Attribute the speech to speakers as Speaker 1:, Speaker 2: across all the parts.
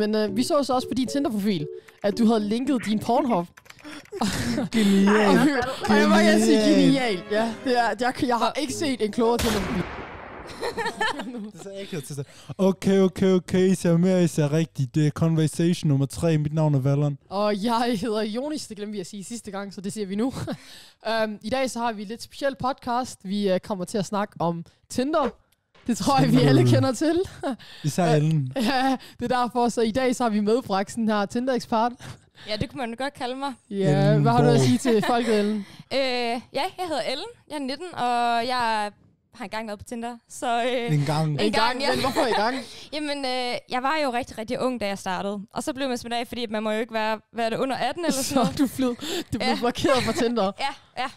Speaker 1: Men øh, vi så så også på din Tinder-profil, at du havde linket din Pornhub. Og,
Speaker 2: Genial.
Speaker 1: og jeg må gerne sige
Speaker 2: Genialt.
Speaker 1: genial. Ja, det er, jeg, jeg har ikke set en klogere Tinder-profil.
Speaker 2: Det sagde jeg ikke til sig. Okay, okay, okay. I ser mere, I ser rigtigt. Det er conversation nummer tre. Mit navn er Valon.
Speaker 1: Og jeg hedder Jonis, det glemte vi at sige sidste gang, så det siger vi nu. um, I dag så har vi et lidt speciel podcast. Vi uh, kommer til at snakke om Tinder. Det tror jeg, vi alle
Speaker 2: Tinder.
Speaker 1: kender til.
Speaker 2: Især
Speaker 1: Øh.
Speaker 2: Ellen.
Speaker 1: Ja, det er derfor, så i dag så har vi medbragt sådan her Tinder-ekspert.
Speaker 3: Ja, det kunne man godt kalde mig.
Speaker 1: Ja,
Speaker 2: Ellen
Speaker 1: hvad har du at
Speaker 2: Borg.
Speaker 1: sige til folket, Ellen?
Speaker 3: Øh, ja, jeg hedder Ellen, jeg er 19, og jeg har engang været på Tinder. Så øh,
Speaker 2: En gang.
Speaker 3: En gang, ja.
Speaker 1: men hvorfor i gang?
Speaker 3: jamen, øh, jeg var jo rigtig, rigtig ung, da jeg startede. Og så blev man smidt af, fordi at man må jo ikke være, være det under 18 eller sådan
Speaker 1: Så
Speaker 3: noget.
Speaker 1: er du flid. Du blev
Speaker 3: Ja.
Speaker 1: blokeret fra Tinder.
Speaker 3: Ja, ja.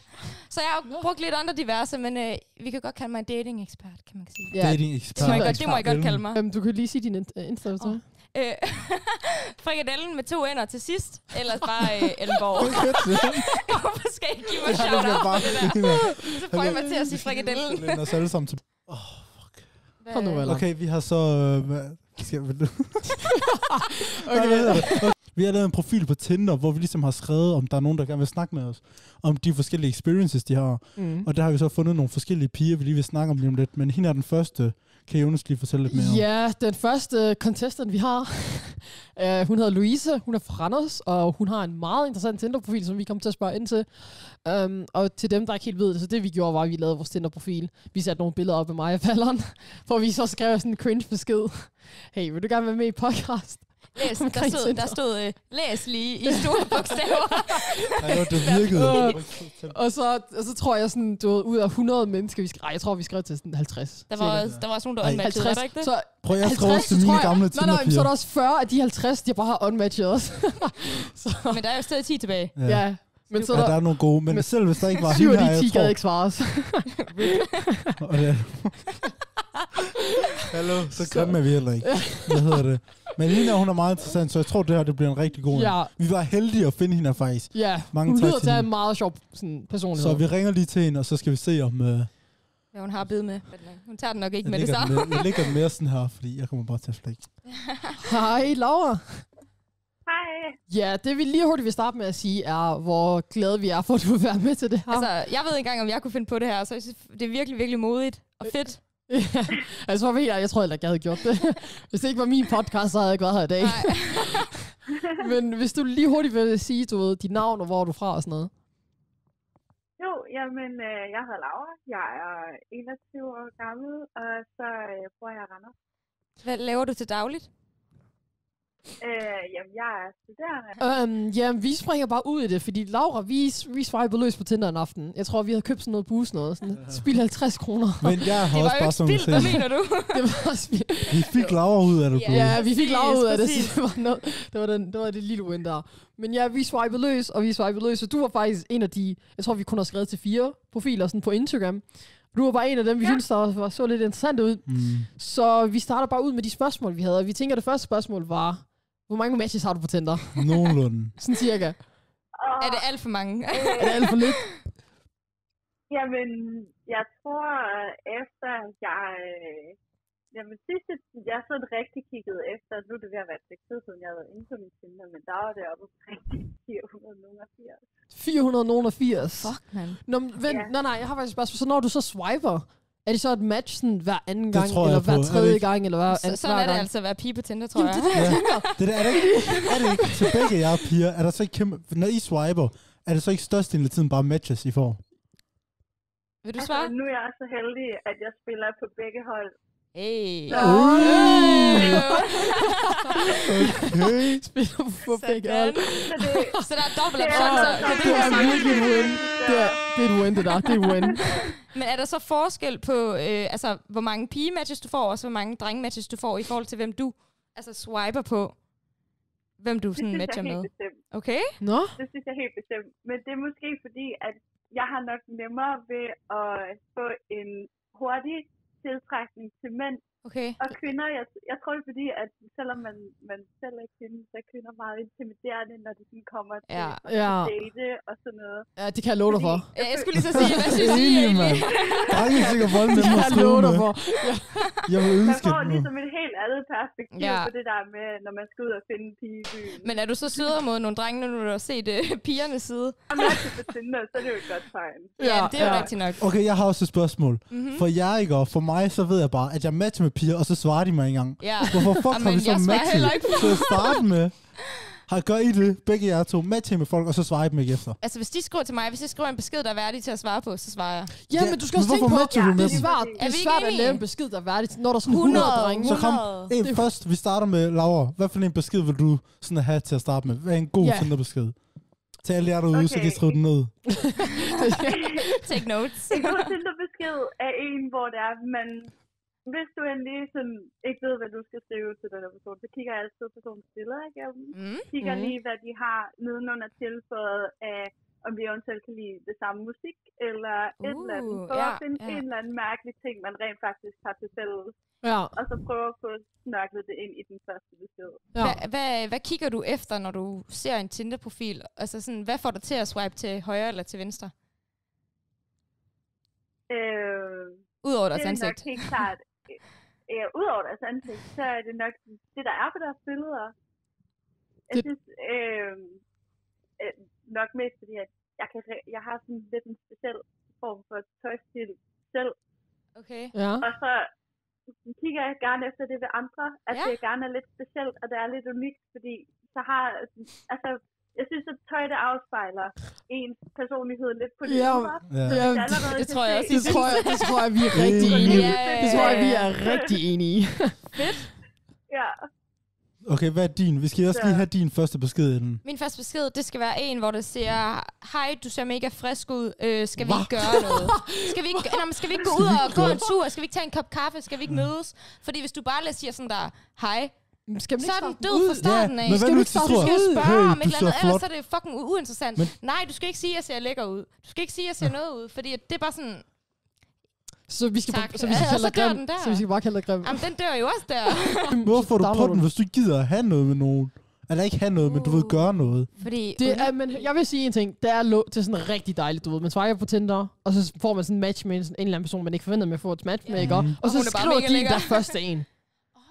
Speaker 3: Så jeg har jo brugt lidt andre diverse, men øh, vi kan godt kalde mig en dating-ekspert, kan man sige.
Speaker 1: Ja.
Speaker 2: Dating
Speaker 3: Det må, jeg
Speaker 2: ekspert.
Speaker 3: godt, det må jeg godt kalde mig.
Speaker 1: Øhm, du kan lige sige din in- øh, Insta, hvis du
Speaker 3: Åh.
Speaker 1: vil.
Speaker 3: Øh, frikadellen med to ender til sidst, ellers bare øh, Ellenborg. Hvorfor skal jeg ikke give mig
Speaker 2: Ja, det
Speaker 3: shout
Speaker 2: bliver
Speaker 3: out
Speaker 2: bare
Speaker 3: på det der?
Speaker 2: griner.
Speaker 3: Så får jeg mig til at sige frikadellen.
Speaker 2: Læn os alle sammen til. Åh, fuck.
Speaker 1: Kom nu, Valon.
Speaker 2: Okay, vi har så... Øh, hvad skal vi... Nej, hvad
Speaker 1: Okay.
Speaker 2: hedder det? okay. Vi har lavet en profil på Tinder, hvor vi ligesom har skrevet, om der er nogen, der gerne vil snakke med os. Om de forskellige experiences, de har.
Speaker 1: Mm.
Speaker 2: Og der har vi så fundet nogle forskellige piger, vi lige vil snakke om lige om lidt. Men hende er den første. Kan Jonas lige fortælle lidt mere om?
Speaker 1: Ja, den første contestant, vi har, øh, hun hedder Louise, hun er fra Randers, og hun har en meget interessant Tinder-profil, som vi kommer til at spørge ind til. Um, og til dem, der ikke helt ved det, så det vi gjorde, var, at vi lavede vores Tinder-profil. Vi satte nogle billeder op af mig og Fallon, hvor vi så skrev sådan en cringe-besked. Hey, vil du gerne være med i podcast?
Speaker 3: Læs, der
Speaker 1: Omkring
Speaker 3: stod,
Speaker 1: Tinder.
Speaker 3: der stod øh, læs lige i store bogstaver.
Speaker 2: Ja, jo, det virkede.
Speaker 1: Øh. Og så, og så tror jeg sådan, du ved, ud af 100 mennesker, vi skrev, ej, jeg tror, vi skrev til sådan 50.
Speaker 3: Der var, også, der var også nogen, der
Speaker 2: Ej.
Speaker 3: unmatchede, var der ikke det?
Speaker 1: så
Speaker 2: Prøv jeg skriver
Speaker 1: 50,
Speaker 2: også til mine
Speaker 1: tror jeg.
Speaker 2: gamle
Speaker 1: Nej, nej, men så er der
Speaker 2: Tinder-piger.
Speaker 1: også 40 af de 50, de bare har unmatchet os.
Speaker 3: Men der er jo stadig 10 tilbage.
Speaker 1: Ja. ja. Men så
Speaker 2: Ja,
Speaker 1: er
Speaker 2: der
Speaker 1: der
Speaker 2: er nogle gode, men
Speaker 1: Men-
Speaker 2: selv hvis der ikke var
Speaker 1: 7
Speaker 2: hende
Speaker 1: af
Speaker 2: her,
Speaker 1: de
Speaker 2: jeg
Speaker 1: 10
Speaker 2: tror...
Speaker 1: gad ikke svare os.
Speaker 2: Og det- Hallo, så grimme er vi heller ikke. Hvad hedder det? Men hende her, hun er meget interessant, så jeg tror, det her det bliver en rigtig god ja.
Speaker 1: ja,
Speaker 2: Vi var heldige at finde hende her faktisk.
Speaker 1: ja.
Speaker 2: Mange
Speaker 1: hun
Speaker 2: tak
Speaker 1: lyder
Speaker 2: til
Speaker 1: til at have
Speaker 2: hende.
Speaker 1: en meget sjov sådan, personlighed.
Speaker 2: Så vi ringer lige til hende, og så skal vi se, om... Øh,
Speaker 3: Ja, hun har bid med. men øh, Hun tager den nok ikke
Speaker 2: jeg,
Speaker 3: med det
Speaker 2: lægger den
Speaker 3: samme.
Speaker 2: med, jeg lægger den mere sådan her, fordi jeg kommer bare til at flække.
Speaker 1: Hej, Laura.
Speaker 4: Hej.
Speaker 1: Ja, det vi lige hurtigt vil starte med at sige, er, hvor glade vi er for, at du vil være med til det her.
Speaker 3: Altså, jeg ved ikke engang, om jeg kunne finde på det her, så jeg synes, det er virkelig, virkelig modigt og fedt.
Speaker 1: ja, altså, for at være helt ærlig, jeg tror heller ikke, jeg havde gjort det. hvis det ikke var min podcast, så havde jeg ikke været her i dag.
Speaker 3: Nej.
Speaker 1: Men hvis du lige hurtigt vil sige, du ved, dit navn og hvor er du fra og sådan noget.
Speaker 4: Jo, jamen, øh, jeg hedder Laura. Jeg er 21 år gammel, og så øh, bor jeg i Randers.
Speaker 3: Hvad laver du til dagligt?
Speaker 4: Øh, jamen, jeg er studerende.
Speaker 1: Øhm, ja, vi springer bare ud i det, fordi Laura, vi, vi svipede løs på Tinder en aften. Jeg tror, vi havde købt sådan noget bus noget. Sådan, spil 50 kroner.
Speaker 2: Men jeg har
Speaker 3: Det var
Speaker 2: også bare
Speaker 3: jo ikke
Speaker 2: sådan
Speaker 3: spild, hvad
Speaker 2: set.
Speaker 3: mener du?
Speaker 1: det var spil.
Speaker 2: Vi fik Laura ud af det.
Speaker 3: Ja.
Speaker 2: Yeah.
Speaker 1: Ja, vi fik
Speaker 3: Præcis,
Speaker 1: Laura ud af det,
Speaker 3: præcis.
Speaker 1: så det var, noget, det, var den, det var det lille win der. Men ja, vi swipede løs, og vi swipede løs, og du var faktisk en af de, jeg tror, vi kun har skrevet til fire profiler sådan på Instagram. Du var bare en af dem, vi ja. synes, der var, så lidt interessant ud.
Speaker 2: Mm.
Speaker 1: Så vi starter bare ud med de spørgsmål, vi havde. Og vi tænker, det første spørgsmål var, hvor mange matches har du på Tinder?
Speaker 2: Nogenlunde.
Speaker 1: Sådan cirka.
Speaker 4: Og,
Speaker 3: Er det alt for mange?
Speaker 1: Er det alt for lidt?
Speaker 4: jamen, jeg tror, øh, efter jeg... Øh, jamen, sidst jeg- jeg sådan rigtig kiggede efter, nu er det ved at være et stykke tid siden, jeg har været inde på min Tinder, men der var det oppe omkring 480.
Speaker 1: 480.
Speaker 3: Fuck, man.
Speaker 1: Nå, men vent,
Speaker 4: Ja.
Speaker 1: nej, nej, jeg har faktisk et spørgsmål. Så når du så swiper, er det så et match sådan, hver anden
Speaker 2: Det
Speaker 1: gang,
Speaker 2: tror jeg
Speaker 1: eller
Speaker 2: på. Er
Speaker 1: hver
Speaker 2: det
Speaker 1: tredje
Speaker 2: ikke?
Speaker 1: gang, eller hver,
Speaker 3: Så,
Speaker 1: anden-
Speaker 3: sådan
Speaker 1: hver
Speaker 3: er det
Speaker 1: gang?
Speaker 3: altså at være pige på Tinder, tror jeg.
Speaker 2: Ja. Det der, er, det ikke, er det ikke til begge jer piger, er der så ikke kæmpe, når I swiper, er det så ikke størstedelen af tiden bare matches, I får?
Speaker 3: Vil du
Speaker 4: Altså,
Speaker 3: svare?
Speaker 4: nu er jeg så heldig, at jeg spiller på begge hold.
Speaker 3: Hey.
Speaker 2: Okay.
Speaker 1: Spiller på for begge hold. Ah,
Speaker 4: Så det,
Speaker 3: Så der er dobbelt
Speaker 4: det
Speaker 3: op
Speaker 4: er
Speaker 3: chancer.
Speaker 4: altså-
Speaker 3: Så det
Speaker 1: Det
Speaker 3: er
Speaker 1: er
Speaker 3: sådan.
Speaker 1: virkelig en win. Det er, det er et win, det der. Det er et win.
Speaker 3: Men er der så forskel på, øh, altså, hvor mange pigematches du får, og så hvor mange drengematches du får, i forhold til, hvem du altså, swiper på? Hvem du
Speaker 4: det
Speaker 3: sådan
Speaker 4: synes
Speaker 3: matcher
Speaker 4: jeg
Speaker 3: med?
Speaker 4: helt bestemt.
Speaker 3: Okay?
Speaker 1: Nå?
Speaker 4: Det synes jeg helt bestemt. Men det er måske fordi, at jeg har nok nemmere ved at få en hurtig tiltrækning til mænd,
Speaker 3: Okay.
Speaker 4: Og kvinder, jeg, jeg tror det er fordi, at selvom man, man selv er kvinde, så er kvinder meget intimiderende, når de sådan kommer til
Speaker 3: Ja.
Speaker 4: at
Speaker 1: Ja.
Speaker 4: date og sådan noget.
Speaker 1: Ja, det kan jeg love dig for.
Speaker 3: Ja, jeg skulle lige så sige, hvad synes I
Speaker 2: Enig,
Speaker 3: egentlig?
Speaker 2: mand. Drenge er sikkert vold med
Speaker 1: Det
Speaker 2: mig
Speaker 1: kan
Speaker 2: at
Speaker 1: jeg
Speaker 2: skrive
Speaker 1: love dig
Speaker 2: med.
Speaker 1: for.
Speaker 2: Jeg vil
Speaker 4: Man
Speaker 2: ønske,
Speaker 4: får
Speaker 2: at
Speaker 4: ligesom et helt andet perspektiv
Speaker 3: Ja.
Speaker 4: ja. på det der med, når man skal ud og finde en pige i byen. Men
Speaker 3: Men er du så sødere mod nogle drenge, når du har set øh, pigernes side?
Speaker 4: når man er på Tinder, så er det jo et godt tegn.
Speaker 3: Ja, det er jo
Speaker 1: ja.
Speaker 3: rigtigt nok.
Speaker 2: Okay, jeg har også et spørgsmål.
Speaker 3: Mhm.
Speaker 2: Mm-hmm. For jeg ikke, og for mig, så ved jeg bare, at jeg matcher med piger, og så svarer de mig ikke engang.
Speaker 3: Ja.
Speaker 2: Hvorfor fuck har
Speaker 3: Jamen,
Speaker 2: vi så
Speaker 3: jeg svarer
Speaker 2: matchet
Speaker 3: heller ikke.
Speaker 2: til at starte med? Har gør I det, begge jer to, matcher I med folk, og så svarer I dem ikke efter?
Speaker 3: Altså, hvis de skriver til mig, hvis jeg skriver en besked, der er værdig til at svare på, så svarer jeg.
Speaker 1: Ja,
Speaker 2: Ja,
Speaker 1: men du skal
Speaker 2: men
Speaker 1: også tænke
Speaker 2: hvorfor
Speaker 1: på,
Speaker 2: matcher du
Speaker 1: at det
Speaker 2: med
Speaker 1: er
Speaker 2: dem?
Speaker 1: svært,
Speaker 3: Er
Speaker 1: det
Speaker 3: vi
Speaker 1: er
Speaker 3: ikke
Speaker 1: svært at
Speaker 3: enige?
Speaker 1: lave en besked, der er værdig, når der er sådan 100,
Speaker 3: 100
Speaker 1: drenge.
Speaker 2: Så kom,
Speaker 3: 100.
Speaker 2: hey,
Speaker 1: Det-
Speaker 2: først, vi starter med Laura. Hvad for en besked vil du sådan have til at starte med? Hvad er en god
Speaker 1: Ja.
Speaker 2: yeah. Tinder-besked? Til alle jer derude, okay. så kan I
Speaker 4: Okay.
Speaker 2: skrive den ned.
Speaker 3: Take notes.
Speaker 4: En god Tinder-besked er en, hvor det er, man... Hvis du endelig sådan, ikke ved, hvad du skal skrive til den her person, så kigger jeg altid personens billeder igennem.
Speaker 3: Mm.
Speaker 4: kigger
Speaker 1: Mhm.
Speaker 4: lige, hvad de har nedenunder tilføjet af, om vi eventuelt kan lide det samme musik, eller uh, et eller andet.
Speaker 3: Uh,
Speaker 4: Prøver
Speaker 3: ja,
Speaker 4: at finde
Speaker 3: ja.
Speaker 4: en eller anden mærkelig ting, man rent faktisk har til fælles,
Speaker 1: Ja,
Speaker 4: og så prøver at få snakket det ind i den første besked.
Speaker 1: ja.
Speaker 3: Hva, hvad, hvad kigger du efter, når du ser en Tinder-profil? Altså sådan, hvad får dig til at swipe til højre eller til venstre?
Speaker 4: Øh,
Speaker 3: Udover
Speaker 4: det
Speaker 3: deres
Speaker 4: er
Speaker 3: ansigt.
Speaker 4: nok helt klart. Øh, udover deres ansigt, så er det nok det, der er på deres billeder. Jeg
Speaker 1: Det-
Speaker 4: synes øh, øh, nok mest, fordi at jeg, kan, re- jeg har sådan lidt en speciel form for tøjstil selv,
Speaker 3: Okay.
Speaker 1: ja.
Speaker 4: Og så kigger jeg gerne efter det ved andre, at
Speaker 3: Ja.
Speaker 4: ja. det gerne er lidt specielt, og det er lidt unikt, fordi så har, altså, jeg synes, at tøj, det afspejler ens personlighed lidt på det
Speaker 1: Ja,
Speaker 4: ydre.
Speaker 2: Ja.
Speaker 1: ja.
Speaker 4: Jeg
Speaker 1: Det,
Speaker 4: allerede
Speaker 3: det
Speaker 4: kan
Speaker 3: tror jeg
Speaker 4: se-
Speaker 3: også,
Speaker 1: det, tror jeg, det tror jeg, vi er rigtig
Speaker 2: Enig.
Speaker 1: enige.
Speaker 3: Ja,
Speaker 1: Det tror jeg, vi
Speaker 3: ja,
Speaker 1: er rigtig enige.
Speaker 4: Ja,
Speaker 2: Okay, hvad er din? Vi skal også lige
Speaker 4: Så-
Speaker 2: have din første besked inden.
Speaker 3: Min første besked, det skal være en, hvor det siger, hej, du ser mega frisk ud, øh, skal vi
Speaker 2: Hva?
Speaker 3: ikke gøre noget? Skal vi ikke, nej, men skal vi ikke gå ud
Speaker 2: vi
Speaker 3: og
Speaker 2: ikke
Speaker 3: gå
Speaker 2: gøre-
Speaker 3: en tur? Skal vi ikke tage en kop kaffe? Skal vi ikke mødes? Fordi hvis du bare lige siger sådan der, hej,
Speaker 1: Skal man
Speaker 3: så
Speaker 1: ikke
Speaker 3: er den
Speaker 1: starte
Speaker 3: død
Speaker 1: ud?
Speaker 3: fra starten af.
Speaker 2: men
Speaker 1: Skal
Speaker 2: hvad
Speaker 1: vi
Speaker 2: nu,
Speaker 1: ikke
Speaker 2: hvis de
Speaker 1: starte-
Speaker 3: Du
Speaker 2: tror,
Speaker 3: skal jo spørge
Speaker 2: hey,
Speaker 3: om et
Speaker 2: du
Speaker 3: eller
Speaker 2: ser
Speaker 3: andet,
Speaker 2: flot
Speaker 3: ellers er det fucking u- uinteressant.
Speaker 2: Men-
Speaker 3: Men... Nej, du skal ikke sige, at jeg ser lækker ud. Du skal ikke sige, at jeg ser noget ud, fordi at det er bare sådan...
Speaker 1: Så vi skal,
Speaker 3: Tak.
Speaker 1: så vi skal
Speaker 3: Ja,
Speaker 1: kalde
Speaker 3: så
Speaker 1: dig
Speaker 3: dør
Speaker 1: grim.
Speaker 3: den der.
Speaker 1: Så vi skal bare kalde dig grim.
Speaker 3: Jamen, den dør jo også der.
Speaker 2: Hvorfor får du
Speaker 1: Downloader
Speaker 2: på
Speaker 1: du
Speaker 2: den, hvis du ikke gider at have noget med nogen? Eller ikke have noget, men du ved,
Speaker 3: Uh.
Speaker 2: gøre noget.
Speaker 3: Fordi...
Speaker 1: Det er, men jeg vil sige en ting. Det er, lo- det er sådan rigtig dejligt, du ved. Man swiper på Tinder, og så får man sådan en match med en, sådan en eller anden person, man ikke forventer med at få et match med, ikke? Og,
Speaker 2: Mhm.
Speaker 1: og så
Speaker 3: Og hun er bare
Speaker 1: skriver
Speaker 3: mega
Speaker 1: de en,
Speaker 3: lækker.
Speaker 1: der er første en.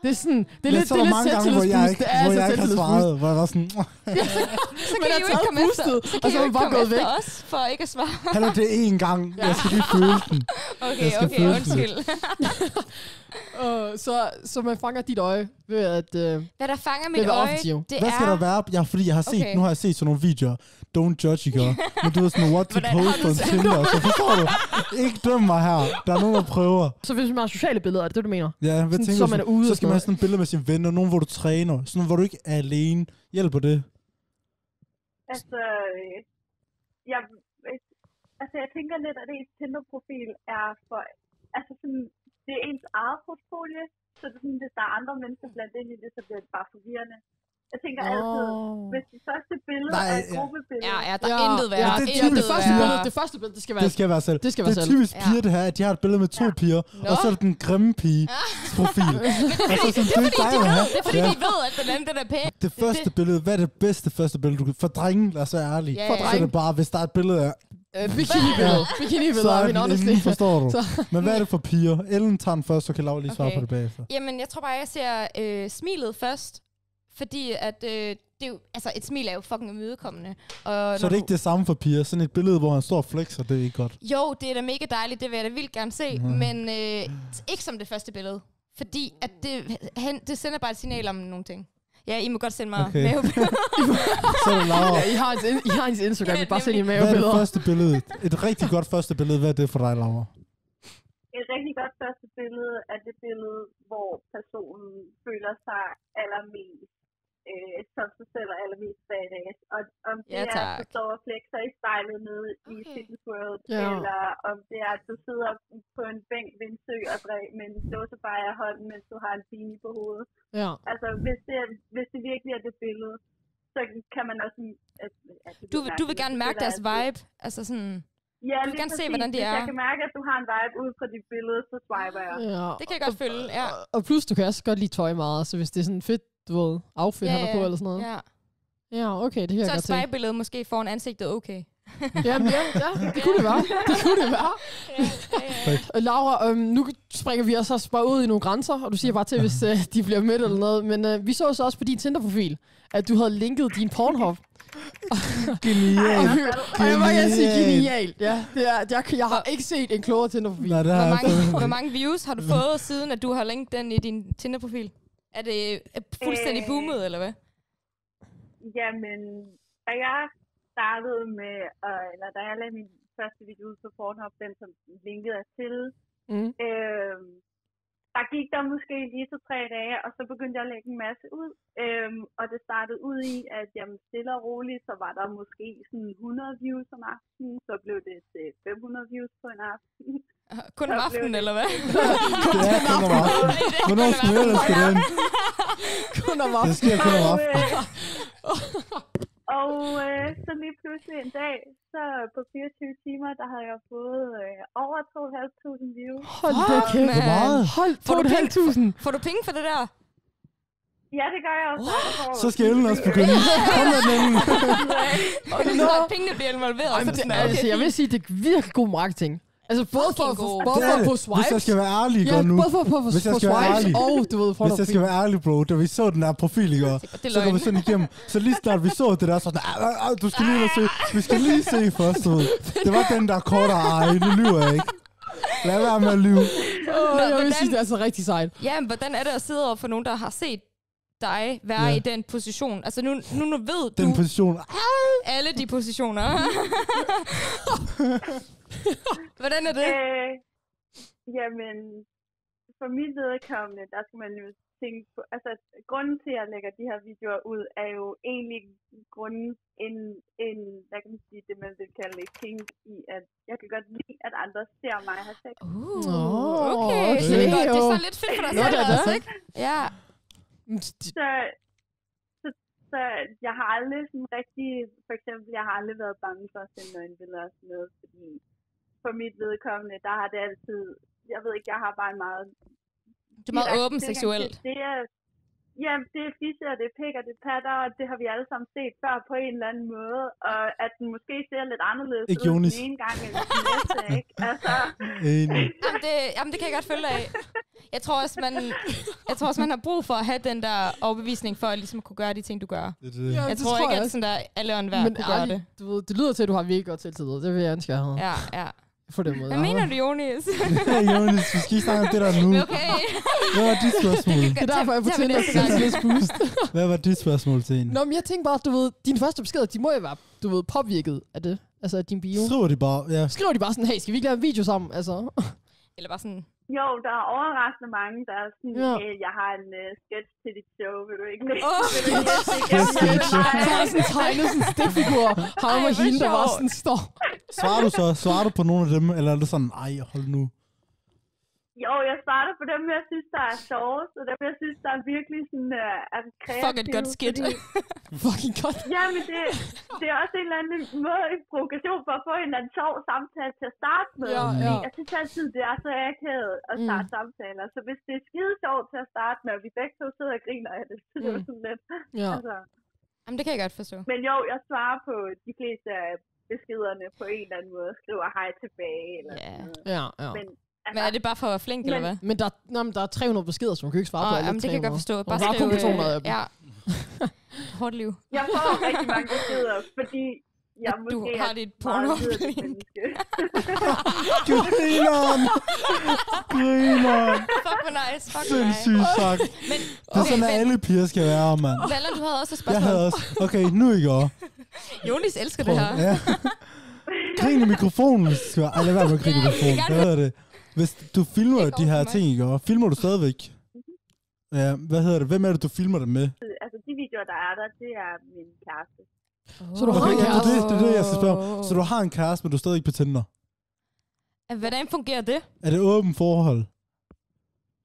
Speaker 1: Det er sådan, det er
Speaker 2: Men
Speaker 1: lidt,
Speaker 2: så
Speaker 1: det er
Speaker 2: der
Speaker 1: lidt
Speaker 2: mange gange, hvor jeg
Speaker 1: selvtillidsboost.
Speaker 2: ikke,
Speaker 1: Det er
Speaker 2: hvor
Speaker 1: altså
Speaker 2: jeg ikke har
Speaker 1: selvtillidsboost.
Speaker 2: svaret. Hvor jeg var sådan,
Speaker 3: så kan
Speaker 1: men
Speaker 3: I
Speaker 1: jeg
Speaker 3: jo
Speaker 1: tager
Speaker 3: ikke komme efter.
Speaker 1: boostet,
Speaker 3: Så
Speaker 1: og
Speaker 3: kan I
Speaker 1: så
Speaker 3: jo
Speaker 1: er
Speaker 3: ikke
Speaker 1: vi bare
Speaker 3: komme
Speaker 1: gået
Speaker 3: efter
Speaker 1: væk.
Speaker 3: os for ikke at svare.
Speaker 2: han er det én gang. Jeg skal lige føle den.
Speaker 3: Okay,
Speaker 2: Jeg skal
Speaker 3: okay,
Speaker 2: føle det.
Speaker 3: undskyld.
Speaker 1: Øh, så, så man fanger dit øje ved at... Øh,
Speaker 3: Hvad der fanger
Speaker 1: Det
Speaker 3: mit
Speaker 1: var
Speaker 3: øje,
Speaker 1: offensiv.
Speaker 3: det
Speaker 2: Hvad skal der
Speaker 3: er...
Speaker 2: være? Ja, fordi jeg har set,
Speaker 3: Okay.
Speaker 2: nu har jeg set sådan nogle videoer. Don't judge, ikke? Men du er sådan, what to
Speaker 3: Hvordan
Speaker 2: post
Speaker 3: har du
Speaker 2: på en
Speaker 3: selv-
Speaker 2: Tinder, så forstår du? Ikke døm mig her. Der er nogen, der prøver.
Speaker 1: så hvis man har sociale billeder, er det det, du mener?
Speaker 2: Ja, hvad
Speaker 1: Sådan,
Speaker 2: tænker
Speaker 1: så
Speaker 2: du
Speaker 1: man er ude
Speaker 2: Så
Speaker 1: og
Speaker 2: skal
Speaker 1: sådan
Speaker 2: man have sådan et billede med sine venner, nogen, hvor du træner. Sådan, hvor du ikke er alene. Hjælper det?
Speaker 4: altså, øh, jeg, altså, jeg tænker lidt, at ens Tinder-profil er for, altså sådan, det er ens eget portfolio, så det er sådan, hvis der er andre mennesker blandt ind i det, så bliver det bare forvirrende. Jeg tænker altid, hvis det første billede
Speaker 2: Nej,
Speaker 4: er et
Speaker 2: ja.
Speaker 4: gruppebillede,
Speaker 3: Ja, ja, der er intet værre.
Speaker 2: det er
Speaker 1: det,
Speaker 2: typisk
Speaker 1: det,
Speaker 3: intet
Speaker 1: første
Speaker 2: værre.
Speaker 1: billede, det første billede, det skal være...
Speaker 2: Det skal være selv.
Speaker 1: Det skal
Speaker 2: det
Speaker 1: være
Speaker 2: er
Speaker 1: selv.
Speaker 2: typisk
Speaker 3: Ja.
Speaker 2: piger, det her, at de har et billede med to
Speaker 4: Ja.
Speaker 2: piger,
Speaker 3: Nå. Ah.
Speaker 2: og så er det den grimme pige profil. og så sådan, det er ikke dig,
Speaker 3: De
Speaker 2: at
Speaker 3: ved,
Speaker 2: have.
Speaker 3: det er fordi,
Speaker 2: Ja.
Speaker 3: de ved, at den anden den er pæn.
Speaker 2: Det første det... billede, hvad er det bedste første billede, du kan... For drengen, lad os være ærlige.
Speaker 3: Ja,
Speaker 1: For
Speaker 2: Så er
Speaker 1: drenge.
Speaker 2: det bare, hvis der er et billede af...
Speaker 1: Øh, bikini-billeder.
Speaker 2: så
Speaker 1: Bikini-billeder,
Speaker 2: er
Speaker 1: I mean,
Speaker 2: den
Speaker 1: honestly.
Speaker 2: inden, forstår du.
Speaker 1: Så-
Speaker 2: Men hvad er det for piger? Ellen tager den først, så kan Laura lige svare
Speaker 3: Okay.
Speaker 2: på det bagefter.
Speaker 3: Jamen, jeg tror bare, jeg ser øh, smilet først, fordi at... Øh, det er jo, altså, et smil er jo fucking imødekommende.
Speaker 2: Så
Speaker 3: Og
Speaker 2: er
Speaker 3: når
Speaker 2: det
Speaker 3: du-
Speaker 2: ikke det samme for piger. Sådan et billede, hvor han står og flexer, det er ikke godt.
Speaker 3: Jo, det er da mega dejligt, det vil jeg da vildt gerne se, mm. men øh, t- ikke som det første billede. Fordi at det, hen, det sender bare et signal om nogle ting. Ja, I må godt sende mig
Speaker 2: Okay.
Speaker 3: okay. mavebilleder.
Speaker 2: Så er det Laura.
Speaker 1: Ja, I har ens, I har ens Instagram, I
Speaker 3: Ja,
Speaker 1: kan bare sende i
Speaker 2: Hvad er det
Speaker 1: mavebilleder.
Speaker 2: første billede? Et rigtig godt første billede. Hvad er det for dig, Laura?
Speaker 4: et rigtig godt første billede er det billede, hvor personen føler sig allermest øh, som sig selv og allermest badass. Og om det
Speaker 3: Ja,
Speaker 4: er, at du
Speaker 3: tak.
Speaker 4: står og flexer i spejlet nede i
Speaker 3: Okay.
Speaker 4: Fitness World,
Speaker 1: Ja.
Speaker 4: eller om det er, at du sidder på en bænk ved en sø og drikker med en dåsebejr i hånden, mens du har en beanie på hovedet.
Speaker 1: Ja.
Speaker 4: Altså, hvis det, er, hvis det virkelig er det billede, så kan man også... At, at det
Speaker 3: Du,
Speaker 4: bliver
Speaker 3: vil- du vil
Speaker 4: mærkeligt.
Speaker 3: gerne
Speaker 4: Det
Speaker 3: mærke
Speaker 4: føler
Speaker 3: deres
Speaker 4: jeg altid.
Speaker 3: vibe. Altså sådan,
Speaker 4: Ja,
Speaker 3: vil
Speaker 4: lige
Speaker 3: gerne se,
Speaker 4: præcis.
Speaker 3: hvordan de
Speaker 4: Hvis
Speaker 3: er.
Speaker 4: Jeg kan mærke, at du har en vibe ud fra dit billede, så swiper jeg.
Speaker 1: Ja.
Speaker 3: Det kan jeg godt følge, ja.
Speaker 1: Og- Og plus, du kan også godt lide tøj meget, så hvis det er sådan fedt, du ved, outfit,
Speaker 3: Ja,
Speaker 1: han har
Speaker 3: ja,
Speaker 1: på eller sådan noget.
Speaker 3: ja.
Speaker 1: Ja, okay, det kan
Speaker 3: Så
Speaker 1: jeg
Speaker 3: et
Speaker 1: godt se.
Speaker 3: spejlbillede måske foran ansigtet okay.
Speaker 1: Jamen, ja, ja, det kunne det være. Det kunne det være.
Speaker 3: Ja, ja, ja.
Speaker 1: Øh, Laura, øhm, nu springer vi også bare ud i nogle grænser, og du siger bare til, hvis øh, de bliver mødt eller noget. Men øh, vi så så også på din Tinder-profil, at du havde linket din Pornhub.
Speaker 2: Genial.
Speaker 1: Og jeg må gerne sige
Speaker 2: Genialt.
Speaker 1: genialt. Ja, det er, jeg, jeg har ikke set en klogere Tinder-profil.
Speaker 2: Nej, det har
Speaker 3: Hvor
Speaker 2: jeg
Speaker 3: mange,
Speaker 2: fandme
Speaker 3: hvor
Speaker 2: ikke.
Speaker 3: mange views har du fået, siden at du har linket den i din Tinder-profil? Er det er fuldstændig
Speaker 4: Øh.
Speaker 3: boomet, eller hvad?
Speaker 4: Jamen, da jeg startede med, øh, eller da jeg lagde min første video ud på Pornhub, den som linkede jeg til,
Speaker 1: Mm.
Speaker 4: øh, der gik der måske lige til tre dage, og så begyndte jeg at lægge en masse ud. Øh, og det startede ud i, at jamen, stille og roligt, så var der måske sådan 100 views om aftenen, så blev det til 500 views på en aften.
Speaker 3: Kun om
Speaker 4: Jeg blev
Speaker 3: aftenen,
Speaker 4: det.
Speaker 3: eller hvad?
Speaker 2: Det er kun om aftenen. Hvornår smider jeg skal den?
Speaker 1: Kun om
Speaker 2: Det
Speaker 1: aftenen.
Speaker 2: sker kun om
Speaker 4: Og,
Speaker 2: aftenen.
Speaker 4: øh, og øh, så lige pludselig en dag, så på 24 timer, der havde jeg fået øh, over 2.500 views.
Speaker 1: Hold da kæft.
Speaker 3: Fuck,
Speaker 2: Hvor meget?
Speaker 1: Hold
Speaker 3: Får
Speaker 1: på
Speaker 3: du
Speaker 1: et halvt tusind.
Speaker 3: Får du penge for det der?
Speaker 4: Ja, det gør jeg også. Wow.
Speaker 2: Så skal Ellen også begynde. Kom med den.
Speaker 3: Så at pengene bliver involveret.
Speaker 1: Ej, men det,
Speaker 3: sådan,
Speaker 1: altså, jeg vil sige, det er virkelig god marketing. Altså både for,
Speaker 3: Fucking
Speaker 1: for,
Speaker 3: god.
Speaker 1: både
Speaker 2: Det
Speaker 1: for
Speaker 2: er
Speaker 1: at få
Speaker 2: det. Hvis jeg
Speaker 1: swipes,
Speaker 2: skal være ærlig
Speaker 1: ja,
Speaker 2: godt nu.
Speaker 1: både for, for, for,
Speaker 2: Hvis jeg
Speaker 1: for
Speaker 2: skal være
Speaker 1: swipes,
Speaker 2: ærlig.
Speaker 1: og du ved, for
Speaker 2: Hvis jeg skal være ærlig, bro, da vi så den her profil i går,
Speaker 3: Det er
Speaker 2: så går vi
Speaker 3: løgn.
Speaker 2: sådan igennem. Så lige snart vi så det der, så sådan, "Au, au, au, du skal lige ind og se, vi skal lige se først ud. Det var den, der kort og ej, nu lyver jeg ikke. Lad være med at lyve.
Speaker 1: Åh,
Speaker 3: Nå,
Speaker 1: jeg vil
Speaker 3: hvordan-
Speaker 1: sige, det er altså rigtig sejt.
Speaker 3: Ja, men hvordan er det at sidde over for nogen, der har set dig være
Speaker 2: Ja.
Speaker 3: i den position? Altså nu, nu, nu ved
Speaker 2: Den
Speaker 3: du
Speaker 2: position,
Speaker 3: alle de positioner. hvordan er det?
Speaker 4: Øh, jamen, for mit vedkommende, der skal man jo tænke på, altså grunden til, at jeg lægger de her videoer ud, er jo egentlig grunden, en, en, hvad kan man sige, det man vil kalde et kink i, at jeg kan godt lide, at andre ser mig have sex.
Speaker 3: Uh,
Speaker 1: Nå,
Speaker 3: okay.
Speaker 1: okay,
Speaker 3: Så det, er, godt- det er
Speaker 1: jo.
Speaker 3: så lidt fedt for dig
Speaker 1: Nå,
Speaker 3: selv
Speaker 1: det er det.
Speaker 3: også, Altså, ikke? Ja.
Speaker 1: Mm, det-
Speaker 4: så, så, så jeg har aldrig sådan rigtig, for eksempel, jeg har aldrig været bange for at sende nøgenbilleder og sådan noget, fordi for mit vedkommende, der har det altid, jeg ved ikke, jeg har bare en meget...
Speaker 3: Du er meget
Speaker 4: direkte
Speaker 3: åben
Speaker 4: tilgang til
Speaker 3: seksuelt.
Speaker 4: Det er, ja, det er fisse, og det er pik, og det er patter, og det har vi alle sammen set før på en eller anden måde, og at den måske ser lidt anderledes
Speaker 2: Ikke
Speaker 4: ud
Speaker 2: Jonas.
Speaker 4: den ene gang end den næste, ikke? Altså,
Speaker 2: enig.
Speaker 3: Jamen det, jamen, det kan jeg godt følge dig af. Jeg tror, også, man, jeg tror også, man har brug for at have den der overbevisning for at ligesom kunne gøre de ting, du gør.
Speaker 2: Det er det.
Speaker 1: Ja,
Speaker 3: Jeg
Speaker 1: det
Speaker 3: tror ikke, at
Speaker 1: også.
Speaker 3: sådan der alle og enhver
Speaker 1: Men
Speaker 3: kunne gøre
Speaker 1: ærligt,
Speaker 3: det.
Speaker 1: du ved, det lyder til, at du har virkelig godt selvtillid. Det vil jeg ønske, jeg havde.
Speaker 3: Ja, ja.
Speaker 1: På den måde.
Speaker 3: Hvad
Speaker 1: jeg
Speaker 3: mener
Speaker 1: har.
Speaker 3: du, Jonas?
Speaker 2: Ja, Jonas, vi skal ikke snakke om det der nu.
Speaker 3: Okay.
Speaker 2: Hvad var dit spørgsmål?
Speaker 1: Det er derfor, jeg er på
Speaker 3: Tag- tag
Speaker 1: Tinder
Speaker 3: mig næste gang.
Speaker 1: selvtillidsboost.
Speaker 2: Hvad var dit spørgsmål til hende?
Speaker 1: Nå, men jeg tænkte bare, du ved, dine første beskeder, de må jo være, du ved, påvirket af det. Altså, af din bio.
Speaker 2: Skriver de bare, ja.
Speaker 1: Skriver de bare sådan, hey, skal vi ikke lave en video sammen? Altså,
Speaker 3: Eller bare sådan,
Speaker 4: jo, der er overraskende mange, der er sådan,
Speaker 1: Ja.
Speaker 4: ja. jeg har en uh, sketch til dit show, vil du ikke læse?
Speaker 3: Åh,
Speaker 4: Vil du ikke læse det
Speaker 2: Sketch til
Speaker 4: igennem?
Speaker 2: dit show.
Speaker 1: så har jeg sådan tegnet sådan en stikfigur. Ham
Speaker 3: Ej,
Speaker 1: og
Speaker 3: hvor
Speaker 1: hende, der bare
Speaker 3: sjovt.
Speaker 1: sådan står.
Speaker 2: Svarer du så? Svarer du på nogle af dem? Eller er det sådan, ej, hold nu.
Speaker 4: Jo, jeg starter på dem, jeg synes, der er sjove, så dem, jeg synes, der er virkelig sådan, øh, er kreative.
Speaker 3: fuck et godt skidt.
Speaker 4: fordi-
Speaker 1: Fucking godt.
Speaker 4: Jamen, det, det er også en eller anden måde, en provokation for at få en eller anden sjov samtale til at starte med.
Speaker 1: Ja, ja.
Speaker 4: Jeg synes altid, det er så akavet at starte mm. samtaler. Så hvis det er skide sjovt til at starte med, og vi begge to sidder og griner af det, så det er jo sådan lidt.
Speaker 1: Ja.
Speaker 4: Altså.
Speaker 3: Jamen, det kan jeg godt forstå.
Speaker 4: Men jo, jeg svarer på de fleste af beskederne på en eller anden måde, skriver hej tilbage. Eller Altså,
Speaker 3: Ja.
Speaker 4: sådan noget.
Speaker 1: Ja, ja.
Speaker 4: Men,
Speaker 3: Men er det bare for at være flink, eller
Speaker 4: Men-
Speaker 3: hvad?
Speaker 1: Men der, nå, men der er 300 beskeder, som du kan ikke svare på.
Speaker 3: Åh,
Speaker 1: alle
Speaker 3: jamen, det kan jeg
Speaker 1: 300.
Speaker 3: godt forstå.
Speaker 1: Og
Speaker 3: Bare
Speaker 1: der er kun
Speaker 3: skrive... øh,
Speaker 1: 200 af dem.
Speaker 3: Ja. Hårdt liv.
Speaker 4: Jeg får rigtig mange beskeder, fordi jeg
Speaker 3: At du
Speaker 4: måske
Speaker 3: har
Speaker 4: er
Speaker 3: dit
Speaker 4: meget
Speaker 3: porno-
Speaker 4: liderligt menneske.
Speaker 2: Grineren! Grineren!
Speaker 3: Fuck, hvor nice. Fuck, hvor nice.
Speaker 2: Sindssygt sagt.
Speaker 3: Men,
Speaker 2: Det er
Speaker 3: okay,
Speaker 2: sådan, at
Speaker 3: men
Speaker 2: alle piger skal være, mand.
Speaker 3: Valland, du havde også et
Speaker 2: Jeg
Speaker 3: spørgsmål.
Speaker 2: havde også... Okay, nu i går.
Speaker 3: Jonas elsker det her.
Speaker 2: Ja. Grin i mikrofonen. hvis du skal være- Ej, lad være med at grine i
Speaker 3: Ja, jeg vil
Speaker 2: mikrofonen.
Speaker 3: gerne-
Speaker 2: Hvad hedder det? Hvis du filmer
Speaker 3: Ikke
Speaker 2: de her
Speaker 3: over for Mhm.
Speaker 2: ting i går, filmer du stadigvæk? Ja, hvad hedder det? Hvem er det, du filmer det med?
Speaker 4: Altså, de videoer, der er der, det er min kæreste.
Speaker 1: Så du har
Speaker 2: Okay,
Speaker 1: en
Speaker 2: ja, det, er
Speaker 1: kæreste.
Speaker 2: det, det er det, jeg skal spørge om. Så du har en kæreste, men du er stadig ikke på Tinder.
Speaker 3: Hvordan fungerer det?
Speaker 2: Er det åbent forhold?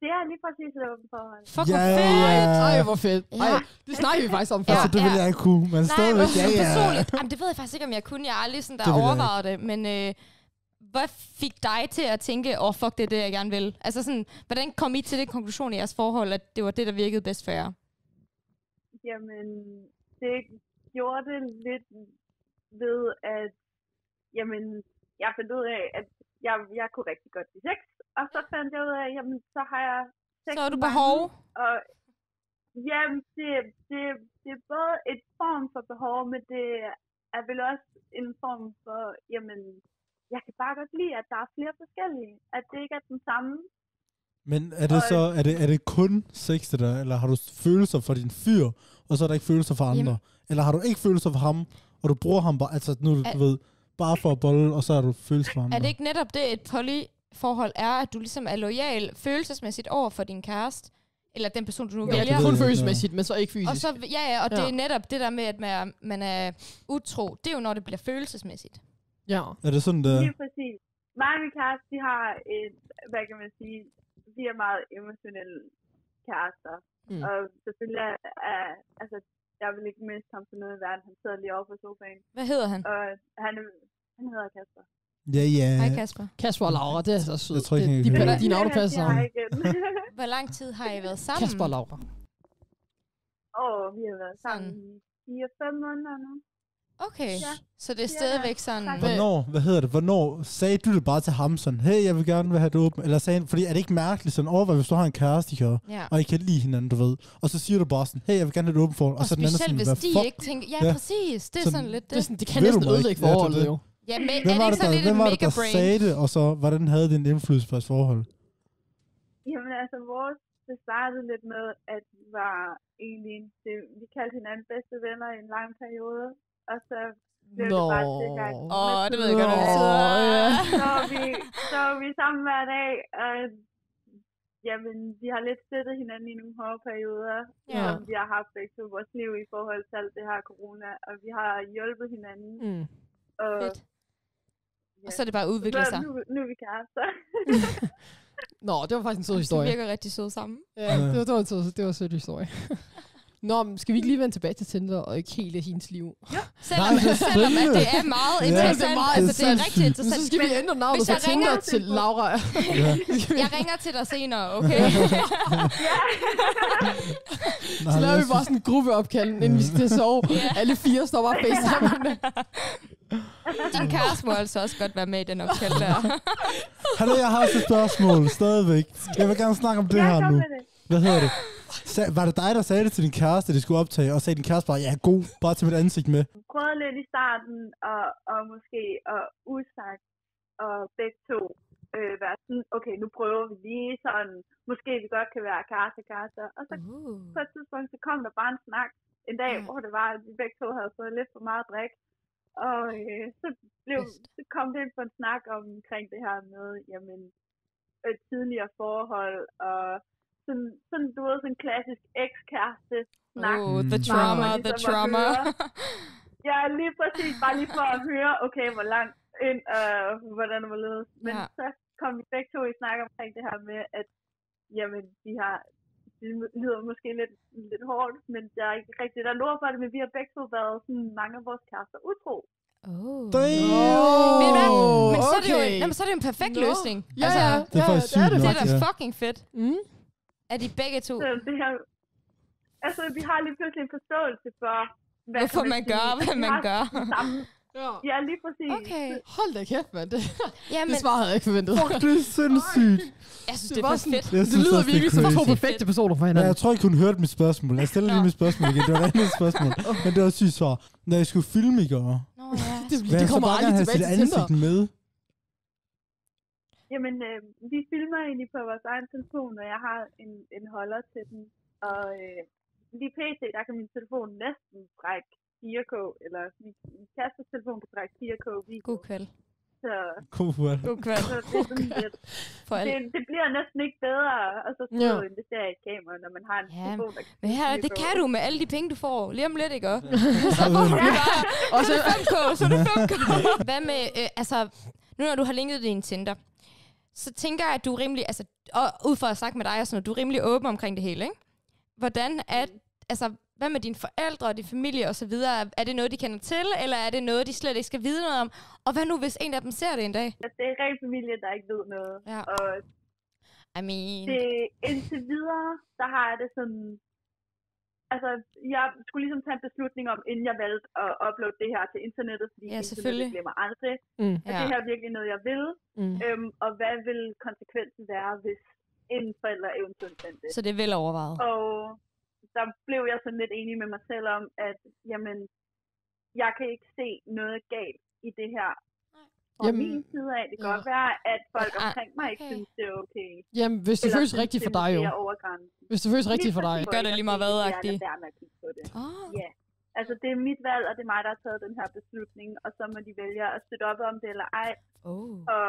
Speaker 4: Det er lige præcis et åbent forhold.
Speaker 3: Fuck, hvor fedt.
Speaker 1: Ej, hvor fedt. Ej,
Speaker 3: Ja.
Speaker 1: det snakker vi faktisk om før.
Speaker 3: Ja.
Speaker 2: Altså, det ville jeg ikke kunne, men
Speaker 3: Nej, men
Speaker 2: stadigvæk.
Speaker 3: ja,
Speaker 2: Ja, ja.
Speaker 3: personligt. Jamen, det ved jeg faktisk ikke, om jeg kunne. Jeg har aldrig sådan der
Speaker 2: Det vil jeg
Speaker 3: overvejet det. Men øh, Hvad fik dig til at tænke, åh oh, fuck, det er det, jeg gerne vil? Altså sådan, hvordan kom I til den konklusion i jeres forhold, at det var det, der virkede bedst for jer?
Speaker 4: Jamen, det gjorde det lidt ved, at jamen, jeg fandt ud af, at jeg, jeg kunne rigtig godt lide sex. Og så fandt jeg ud af, jamen, så har jeg sex
Speaker 3: Så er du
Speaker 4: mange-
Speaker 3: behov.
Speaker 4: Og, jamen, det, det, det er både et form for behov, men det er vel også en form for, jamen, jeg kan bare godt lide, at der er flere forskellige. At det ikke er den samme.
Speaker 2: Men er det
Speaker 4: Og-
Speaker 2: så er det, er det kun sex, det der, eller har du følelser for din fyr, og så er der ikke følelser for andre?
Speaker 3: Jamen.
Speaker 2: Jamen. Eller har du ikke følelser for ham, og du bruger ham bare, altså nu, du
Speaker 3: Er-
Speaker 2: ved, bare for at bolle, og så har du følelser for andre?
Speaker 3: Er det ikke netop det, et polyforhold er, at du ligesom er lojal følelsesmæssigt over for din kæreste? Eller den person, du nu
Speaker 1: Ja,
Speaker 3: vælger?
Speaker 1: det
Speaker 2: ved
Speaker 1: er kun
Speaker 2: jeg ikke,
Speaker 1: følelsesmæssigt, men så ikke fysisk.
Speaker 3: Og så, ja, ja, og det
Speaker 1: Ja.
Speaker 3: er netop det der med, at man, man er utro. Det er jo, når det bliver følelsesmæssigt.
Speaker 1: ja.
Speaker 2: er det sådan, der?
Speaker 4: Lige præcis. Mig og min kæreste, de har et, hvad kan man sige, de er meget emotionelle kærester.
Speaker 1: Mm.
Speaker 4: Mm. Og selvfølgelig er, er, altså, jeg vil ikke miste ham for noget i verden. Han sidder lige over på sofaen.
Speaker 3: Hvad hedder
Speaker 2: Øh.
Speaker 3: han?
Speaker 4: Og han, er- han hedder Kasper.
Speaker 2: Ja, ja.
Speaker 3: Hej Kasper.
Speaker 1: Kasper og Laura, det er så sødt.
Speaker 2: Jeg tror ikke,
Speaker 1: Det-
Speaker 2: jeg
Speaker 1: de,
Speaker 2: kan
Speaker 1: de,
Speaker 2: høre
Speaker 1: de, de navne passer
Speaker 4: sammen.
Speaker 1: sammen.
Speaker 4: Igen.
Speaker 3: Hvor lang tid har I været sammen?
Speaker 1: Kasper og Laura.
Speaker 4: og vi har været sammen
Speaker 3: Sådan.
Speaker 4: i 4-5 måneder nu.
Speaker 3: Okay,
Speaker 4: Ja.
Speaker 3: så det er
Speaker 4: Ja,
Speaker 3: stadigvæk sådan...
Speaker 4: tak.
Speaker 2: Hvornår, hvad hedder det, hvornår sagde du det bare til ham sådan, hey, jeg vil gerne vil have det åbent? Eller sagde han, fordi er det ikke mærkeligt sådan, overvej, hvis du har en kæreste, I kan,
Speaker 3: øh, Ja.
Speaker 2: og I kan lide hinanden, du ved. Og så siger du bare sådan, hey, jeg vil gerne have det åbent for dig.
Speaker 3: Og, og
Speaker 2: så den anden
Speaker 3: specielt,
Speaker 2: sådan,
Speaker 3: hvis
Speaker 2: hvad
Speaker 3: de
Speaker 2: fuck?
Speaker 3: ikke tænker... Ja,
Speaker 2: Ja.
Speaker 3: præcis. Det er
Speaker 2: Sådan-
Speaker 3: sådan lidt
Speaker 1: Det, er
Speaker 3: det.
Speaker 1: sådan, det kan
Speaker 2: Ved du
Speaker 1: næsten
Speaker 2: mig ikke?
Speaker 1: ødelægge
Speaker 2: Ja, det er
Speaker 1: forholdet
Speaker 2: det.
Speaker 1: jo.
Speaker 3: Ja, men er
Speaker 2: Hvem
Speaker 3: det
Speaker 2: var
Speaker 3: ikke
Speaker 2: det,
Speaker 3: sådan
Speaker 2: der,
Speaker 3: lidt en
Speaker 2: hvem var det,
Speaker 3: mega
Speaker 2: der
Speaker 3: brain?
Speaker 2: sagde det, og så hvordan havde det en indflydelse på jeres forhold?
Speaker 4: Jamen altså, vores, det startede lidt med, at vi var egentlig, det, vi kaldte hinanden bedste venner i en lang periode. Og så blev det bare til, at
Speaker 1: Nå.
Speaker 3: Åh, det ved jeg godt, hvad det
Speaker 1: Nå,
Speaker 3: betyder.
Speaker 1: ja.
Speaker 4: så var vi, så var vi sammen hver dag, og jamen, vi har lidt støttet hinanden i nogle hårde perioder,
Speaker 3: Ja.
Speaker 4: ja. som vi har haft begge to i vores liv i forhold til alt det her corona, og vi har hjulpet hinanden.
Speaker 1: Mm.
Speaker 4: Og,
Speaker 3: Fedt.
Speaker 4: ja.
Speaker 3: Og så er det bare udviklet
Speaker 4: Så
Speaker 3: sig.
Speaker 4: Nu, nu er vi kærester.
Speaker 1: Nå, det var faktisk en sød
Speaker 3: Så
Speaker 1: historie.
Speaker 3: virker rigtig søde sammen.
Speaker 1: Ja, det var, det var, en sød- det var en sød historie. Nå, men skal vi ikke lige vende tilbage til Tinder og ikke hele hendes liv?
Speaker 3: Selvom,
Speaker 2: det er
Speaker 3: selvom at det er
Speaker 2: spændende.
Speaker 3: meget
Speaker 2: Ja.
Speaker 3: interessant.
Speaker 1: Det er meget
Speaker 3: altså, det er
Speaker 2: sindssygt.
Speaker 3: rigtig
Speaker 1: Men
Speaker 3: interessant.
Speaker 1: så skal vi
Speaker 4: Men
Speaker 1: ændre navnet
Speaker 3: hvis
Speaker 1: fra
Speaker 3: jeg
Speaker 1: Tinder
Speaker 3: ringer-
Speaker 1: til Laura.
Speaker 2: Ja.
Speaker 3: Jeg ringer til dig senere, okay?
Speaker 2: Nej,
Speaker 1: Så laver
Speaker 2: jeg
Speaker 1: vi bare
Speaker 2: synes-
Speaker 1: sådan en gruppeopkald, inden vi skal sove. Alle fire står bare facetime.
Speaker 3: Din kæreste må altså også godt være med i den opkald der.
Speaker 2: Hallo, jeg har også et spørgsmål stadigvæk. Jeg vil gerne snakke om det
Speaker 4: jeg
Speaker 2: her
Speaker 4: kom
Speaker 2: nu.
Speaker 4: med det.
Speaker 2: Hvad hedder det? Sa- var det dig, der sagde det til din kæreste, at de skulle optage, og sagde din kæreste bare, ja, god, bare til mit ansigt med?
Speaker 4: Prøvede lidt i starten, og, og måske og usagt, og begge to øh, være sådan, okay, nu prøver vi lige sådan, måske vi godt kan være kærester, kærester. Og så på et tidspunkt, så kom der bare en snak en dag,
Speaker 3: Ja.
Speaker 4: ja. hvor det var, at vi begge to havde fået lidt for meget drik. Og øh, så, blev,
Speaker 3: Bedst.
Speaker 4: så kom det ind på en snak omkring det her med, jamen, øh, tidligere forhold, og sådan, sådan, du ved, sådan en klassisk ekskæreste snak.
Speaker 3: Oh, the
Speaker 2: Mm.
Speaker 3: trauma,
Speaker 4: Bare
Speaker 3: the
Speaker 4: ligesom at
Speaker 3: trauma.
Speaker 4: høre. Jeg er lige præcis bare lige for at høre, okay, hvor langt ind, og øh, hvordan det var ledes. Men
Speaker 3: Ja.
Speaker 4: ja. så kom vi begge to i snak omkring det her med, at jamen, de har, det lyder måske lidt, lidt hårdt, men der er ikke rigtig der er ord for det, men vi har begge to været sådan, mange af vores kærester utro.
Speaker 3: Oh.
Speaker 2: Damn!
Speaker 3: Men hvad? Men så er det jo,
Speaker 1: Okay.
Speaker 3: jamen, så er det jo en perfekt
Speaker 1: Nå.
Speaker 3: løsning.
Speaker 1: Ja,
Speaker 3: Altså,
Speaker 1: ja,
Speaker 2: det er
Speaker 1: ja,
Speaker 2: faktisk
Speaker 1: det er
Speaker 2: sygt
Speaker 1: det
Speaker 2: nok.
Speaker 3: Det
Speaker 1: faktisk.
Speaker 3: er da
Speaker 2: Ja.
Speaker 3: fucking fedt,
Speaker 1: Mm.
Speaker 3: at I begge to...
Speaker 4: Så det her, altså, vi har lige pludselig en forståelse for, hvad
Speaker 3: Hvorfor
Speaker 4: kan
Speaker 3: man gør,
Speaker 4: sige,
Speaker 3: hvad
Speaker 4: vi
Speaker 3: man
Speaker 4: har
Speaker 3: gør.
Speaker 4: den samme-
Speaker 1: Ja.
Speaker 4: Ja, lige præcis.
Speaker 3: Okay.
Speaker 1: Hold da kæft, mand. Det, det
Speaker 3: Jamen,
Speaker 1: svar havde jeg ikke forventet.
Speaker 2: Fuck, det er sindssygt.
Speaker 3: jeg synes,
Speaker 1: Det,
Speaker 3: det er
Speaker 1: var
Speaker 3: for
Speaker 1: sådan,
Speaker 3: fedt.
Speaker 2: Jeg
Speaker 1: det,
Speaker 2: synes
Speaker 1: lyder
Speaker 2: også, det er
Speaker 1: virkelig som to
Speaker 2: crazy.
Speaker 1: perfekte personer for
Speaker 2: Ja,
Speaker 1: hinanden.
Speaker 2: jeg tror ikke, hun hørte mit spørgsmål. Jeg stiller lige
Speaker 3: Nå.
Speaker 2: mit spørgsmål igen. Det var et andet spørgsmål. Men det var et sygt svar. Når jeg skulle filme i går,
Speaker 3: Nå, ja.
Speaker 1: Det, det
Speaker 2: vil jeg så
Speaker 1: kommer
Speaker 2: bare
Speaker 1: aldrig
Speaker 2: gerne have
Speaker 1: tilbage
Speaker 2: sit
Speaker 1: til Tinder.
Speaker 2: ansigt med?
Speaker 4: Jamen, øh, vi filmer egentlig på vores egen telefon, og jeg har en, en holder til den. Og øh, lige pt, der kan min telefon næsten trække 4K, eller min, min kastes telefon kan trække 4K video.
Speaker 3: God kvæld.
Speaker 4: Så,
Speaker 2: God, well.
Speaker 3: God kvæld
Speaker 4: så det, er sådan, lidt,
Speaker 3: for alt.
Speaker 4: det, det, bliver næsten ikke bedre at så sidde
Speaker 1: Ja.
Speaker 4: og investere i et kamera, når man har en
Speaker 3: Ja,
Speaker 4: telefon, der kan
Speaker 3: Men her, det
Speaker 4: 4K.
Speaker 3: kan du med alle de penge, du får. Lige om lidt, ikke? også?
Speaker 1: Og så,
Speaker 3: 5K, så er det 5K. Hvad med, øh, altså, nu når du har linket din Tinder, så tænker jeg, at du er rimelig, altså, og ud fra at snakke med dig og sådan noget, du er rimelig åben omkring det hele, ikke? Hvordan er, altså, hvad med dine forældre og din familie osv.? Er det noget, de kender til, eller er det noget, de slet ikke skal vide noget om? Og hvad nu, hvis en af dem ser det en dag?
Speaker 4: At Altså, det er ren familie, der ikke ved noget.
Speaker 3: Ja.
Speaker 4: Og
Speaker 3: I mean...
Speaker 4: det, indtil videre, der har jeg det sådan... Altså, jeg skulle ligesom tage en beslutning om, inden jeg valgte at uploade det her til internettet, fordi
Speaker 3: Ja, selvfølgelig.
Speaker 4: internettet glemmer aldrig.
Speaker 1: Mm.
Speaker 4: Er det her virkelig noget, jeg vil?
Speaker 1: Mm.
Speaker 4: Øhm, og hvad vil konsekvensen være, hvis en forælder eventuelt fandt det?
Speaker 3: Så det er vel overvejet.
Speaker 4: Og der blev jeg sådan lidt enig med mig selv om, at jamen, jeg kan ikke se noget galt i det her. Fra
Speaker 1: Jamen,
Speaker 4: jamen, min side af, det kan
Speaker 1: ja.
Speaker 4: godt være, at folk
Speaker 3: Ah,
Speaker 4: omkring mig ikke
Speaker 3: okay.
Speaker 4: synes, det er okay.
Speaker 1: Jamen, hvis det
Speaker 4: Eller
Speaker 1: føles
Speaker 4: synes,
Speaker 1: rigtigt
Speaker 4: det
Speaker 1: for dig jo.
Speaker 4: måske er over grænsen.
Speaker 1: Hvis det føles rigtigt for dig.
Speaker 4: Lige
Speaker 3: Gør det lige meget hvad,
Speaker 4: præcis,
Speaker 3: agtig.
Speaker 4: Jeg er lade være med at kigge på det.
Speaker 3: Oh.
Speaker 4: Ja. Altså, det er mit valg, og det er mig, der har taget den her beslutning, og så må de vælge at støtte op om det eller ej.
Speaker 3: Oh.
Speaker 4: Og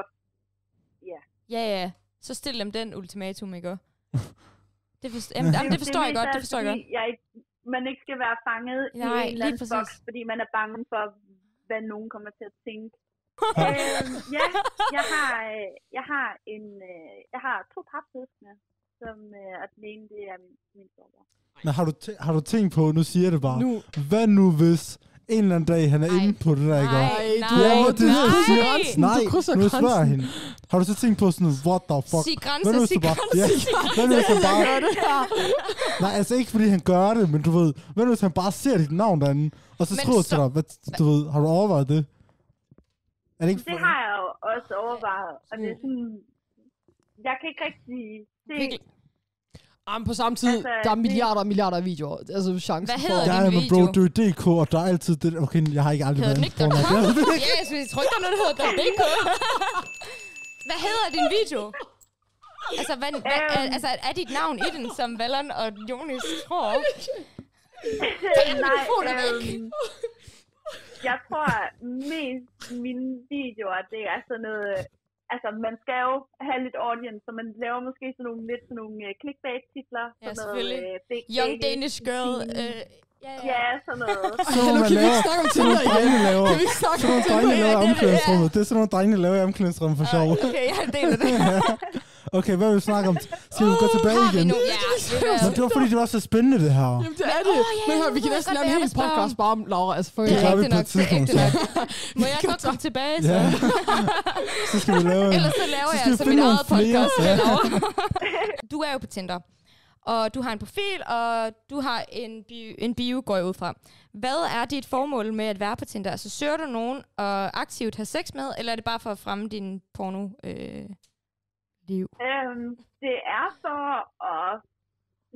Speaker 3: Ja, ja. Så stil dem den ultimatum, ikke? også? Det, forst- jamen, jamen, det forstår jeg godt, det forstår jeg godt.
Speaker 4: Jeg ikke, man ikke skal være fanget Nej, i
Speaker 3: Nej,
Speaker 4: en
Speaker 3: lige
Speaker 4: eller anden
Speaker 3: præcis.
Speaker 4: boks, fordi man er bange for, hvad nogen kommer til at tænke. øhm, ja, jeg har, øh, jeg har, en, øh, jeg har to papsøskende, som, øh, og den ene, det er min, min storebror.
Speaker 2: Men har du, tæ- har du tænkt på, nu siger jeg det bare,
Speaker 1: Nu.
Speaker 2: hvad nu hvis en eller anden dag, han er
Speaker 3: Ej.
Speaker 2: inde på det der, ikke? også?
Speaker 1: Nej,
Speaker 3: nej,
Speaker 1: du
Speaker 2: Ja,
Speaker 1: Du
Speaker 2: men det er
Speaker 1: krydser
Speaker 3: nej.
Speaker 1: grænsen.
Speaker 2: Nej,
Speaker 1: Du krydser
Speaker 2: nu
Speaker 1: grænsen.
Speaker 2: spørger jeg hende. Har du så tænkt på sådan, what the fuck?
Speaker 3: Sig
Speaker 2: Hvad nu
Speaker 3: grænser,
Speaker 2: hvis
Speaker 3: sig
Speaker 2: du bare...
Speaker 3: grænser.
Speaker 2: Ja, hvad nu hvis han bare...
Speaker 1: Gør det her.
Speaker 2: Nej, altså ikke fordi han gør det, men du ved... Hvad nu hvis han bare ser dit navn derinde, og så
Speaker 3: Men
Speaker 2: skriver
Speaker 3: så-
Speaker 2: til dig, hvad, du ved, har du overvejet det? Er det ikke...
Speaker 4: Det har jeg jo også overvejet, og det
Speaker 3: Mm.
Speaker 4: er sådan, jeg kan ikke rigtig se,
Speaker 3: Virkelig.
Speaker 1: Jamen, på samme tid,
Speaker 4: Altså,
Speaker 1: der er
Speaker 4: det-
Speaker 1: milliarder og milliarder af videoer. Altså, chancen
Speaker 3: Hvad
Speaker 1: for-
Speaker 3: hedder
Speaker 2: Ja,
Speaker 3: din
Speaker 2: men bro,
Speaker 3: video?
Speaker 2: det er jo DK, og der er altid det... Okay, jeg har ikke aldrig
Speaker 3: Hedder
Speaker 2: været inde
Speaker 3: den ikke
Speaker 2: på
Speaker 3: Dr.
Speaker 2: porno. Ja,
Speaker 3: Ja, jeg synes, jeg tror ikke, der er noget, der hedder Dr. DK. Hvad hedder din video? Altså, hvad, hvad,
Speaker 4: Øhm.
Speaker 3: altså, er dit navn i den, som Valon og Jonas tror?
Speaker 4: Nej,
Speaker 3: mikrofonen væk.
Speaker 4: øhm, jeg tror mest mine videoer, det er sådan noget, altså man skal jo have lidt audience, så man laver måske sådan nogle lidt sådan nogle øh, clickbait-titler.
Speaker 3: Ja,
Speaker 4: sådan
Speaker 3: selvfølgelig.
Speaker 4: Noget, øh, big
Speaker 3: Young
Speaker 4: baby,
Speaker 3: Danish Girl.
Speaker 4: teen.
Speaker 3: Øh, ja, ja.
Speaker 4: Ja, sådan noget.
Speaker 2: Så må
Speaker 1: Hallo,
Speaker 2: man
Speaker 1: kan vi
Speaker 2: lave...
Speaker 1: ikke snakke om
Speaker 2: Sådan
Speaker 1: Tinder
Speaker 2: nogle
Speaker 1: igen?
Speaker 2: drenge laver...
Speaker 1: Kan vi ikke snakke om
Speaker 2: Sådan nogle
Speaker 1: Tinder
Speaker 2: drenge
Speaker 1: igen?
Speaker 2: laver i
Speaker 3: det er det,
Speaker 2: omklædningsrummet. Det er sådan nogle drenge, der laver i omklædningsrummet for sjov.
Speaker 3: Okay, jeg deler det.
Speaker 2: Okay, hvad vil vi snakke om? Skal vi gå tilbage
Speaker 3: Har vi
Speaker 2: igen?
Speaker 3: nu? Ja, ved du
Speaker 2: Nå,
Speaker 3: hvad?
Speaker 2: det var fordi, det var så spændende, det her.
Speaker 1: Jamen, det er det.
Speaker 3: Åh, ja,
Speaker 1: Men hør,
Speaker 3: jeg
Speaker 1: vi kan
Speaker 3: ved
Speaker 1: næsten lave en
Speaker 3: godt, hvad jeg
Speaker 1: hel
Speaker 3: vil spørge om.
Speaker 1: podcast bare om Laura. Altså, for
Speaker 3: Det
Speaker 2: gør
Speaker 3: er
Speaker 2: vi
Speaker 3: rigtigt
Speaker 2: på et
Speaker 3: nok, det er
Speaker 2: tidspunkt,
Speaker 3: rigtigt nok. Må jeg godt komme tilbage, så?
Speaker 2: Ja. Så skal vi lave en...
Speaker 3: Ellers altså. så laver
Speaker 2: Mm. Så
Speaker 3: jeg
Speaker 2: skal vi
Speaker 3: altså
Speaker 2: finde
Speaker 3: mit
Speaker 2: nogle
Speaker 3: eget podcast.
Speaker 2: flere,
Speaker 3: med Laura. du er jo på Tinder, og du har en profil, og du har en bio, en bio går jeg ud fra. Hvad er dit formål med at være på Tinder? Altså, søger du nogen og aktivt have sex med, eller er det bare for at fremme din porno øh, liv?
Speaker 4: øhm, det er for at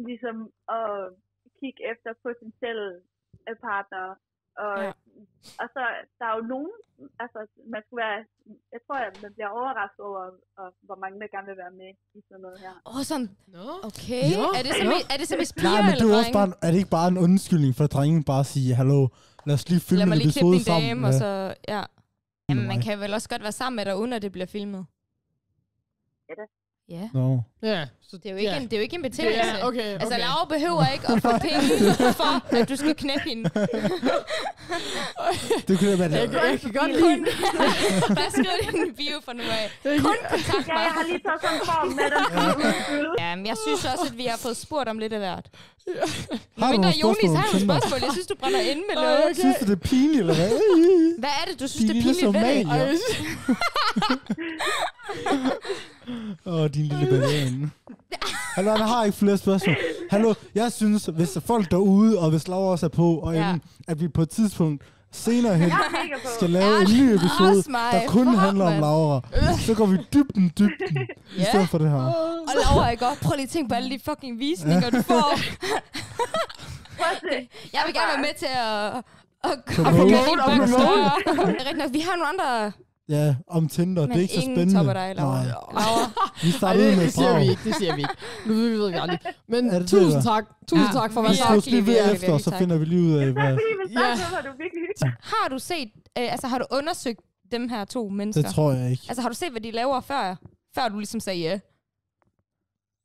Speaker 4: ligesom at kigge efter potentielle øh, partnere. Og,
Speaker 3: Ja.
Speaker 4: ja. og så der er jo nogen, altså man skulle være, jeg tror, at man bliver overrasket over, og, hvor mange der gerne vil være med i sådan noget her.
Speaker 3: Awesome.
Speaker 1: Nå.
Speaker 3: oh, Okay.
Speaker 1: Ja,
Speaker 3: er, det så
Speaker 1: ja.
Speaker 3: mest, er det så mest piger
Speaker 2: Nej, men det
Speaker 3: eller
Speaker 2: er, jo også
Speaker 3: drenge?
Speaker 2: bare, en- er det ikke bare en undskyldning for drengen bare at sige, hallo, lad os lige filme
Speaker 3: Lad mig
Speaker 2: en
Speaker 3: lige
Speaker 2: episode
Speaker 3: klippe din
Speaker 2: sammen.
Speaker 3: dame, og så... Ja. Jamen, man
Speaker 2: mig.
Speaker 3: kan vel også godt være sammen med dig, uden at det bliver filmet.
Speaker 4: Ja da.
Speaker 3: Ja.
Speaker 2: No.
Speaker 1: Ja. Så
Speaker 3: Det er jo ikke,
Speaker 1: ja.
Speaker 3: en, det er jo ikke en betingelse.
Speaker 1: Ja, okay, okay.
Speaker 3: Altså, Laura behøver ikke at få penge for, at du skal knække hende.
Speaker 2: Det kunne da være det.
Speaker 1: Jeg kan godt lide.
Speaker 3: Kun, bare skriv det i din bio for nu af. Kun kontakt
Speaker 4: Ja,
Speaker 3: mig.
Speaker 4: jeg har lige taget sådan en form med den.
Speaker 3: Ja, men jeg synes også, at vi har fået spurgt om lidt af hvert.
Speaker 2: Har du nogle spørgsmål?
Speaker 3: Mindre Jonis har
Speaker 2: om
Speaker 3: nogle
Speaker 2: Tinder?
Speaker 3: spørgsmål. Jeg synes, du brænder ind med noget.
Speaker 1: Okay.
Speaker 2: Synes du, det er pinligt, eller hvad?
Speaker 3: Hvad er det, du synes,
Speaker 2: Din
Speaker 3: det er
Speaker 2: lille
Speaker 3: pinligt ved det?
Speaker 1: Ej,
Speaker 2: somalier.
Speaker 1: jeg-
Speaker 2: Åh, oh, din lille banan. Hallo, jeg har ikke flere spørgsmål. Hallo, jeg synes, hvis folk derude, og hvis Laura også er på, og
Speaker 3: Ja.
Speaker 2: ja. at vi på et tidspunkt senere hen
Speaker 4: Jeg er mega på.
Speaker 2: skal lave en ny episode, der kun handler om Laura, så går vi dybden, dybden, i
Speaker 3: Ja.
Speaker 2: stedet for det her.
Speaker 3: Og Laura, ikke også? Prøv lige at tænke på alle de fucking visninger, du får.
Speaker 4: Prøv at se.
Speaker 3: Jeg vil gerne være med til at... Og
Speaker 2: Promote, promote.
Speaker 3: Det er rigtigt nok. Vi har nogle andre
Speaker 2: Ja, om Tinder, det
Speaker 3: Men
Speaker 2: er ikke så
Speaker 3: ingen
Speaker 2: spændende.
Speaker 3: topper dig, Laura.
Speaker 2: Nej,
Speaker 3: Laura.
Speaker 2: vi
Speaker 1: Ej,
Speaker 2: startede
Speaker 1: det,
Speaker 2: med
Speaker 1: det siger vi
Speaker 2: Brav.
Speaker 1: ikke, det siger vi ikke. Nu ved vi, ved vi aldrig. Men
Speaker 2: Er det det,
Speaker 1: tusind
Speaker 2: eller?
Speaker 1: tak. Tusind
Speaker 3: Ja.
Speaker 1: tak for at
Speaker 2: Vi
Speaker 1: være
Speaker 3: Ja.
Speaker 1: sammen.
Speaker 2: slås lige ved
Speaker 3: Ja, vi
Speaker 2: efter,
Speaker 3: vil
Speaker 2: og så
Speaker 3: tak.
Speaker 2: finder vi lige ud af,
Speaker 4: Så
Speaker 2: hvad...
Speaker 4: fordi vi
Speaker 1: Ja.
Speaker 4: snakkede, var du virkelig hyggeligt.
Speaker 3: Har du set, øh, altså har du undersøgt dem her to mennesker?
Speaker 2: Det tror jeg ikke.
Speaker 3: Altså har du set, hvad de laver før, før du ligesom sagde ja?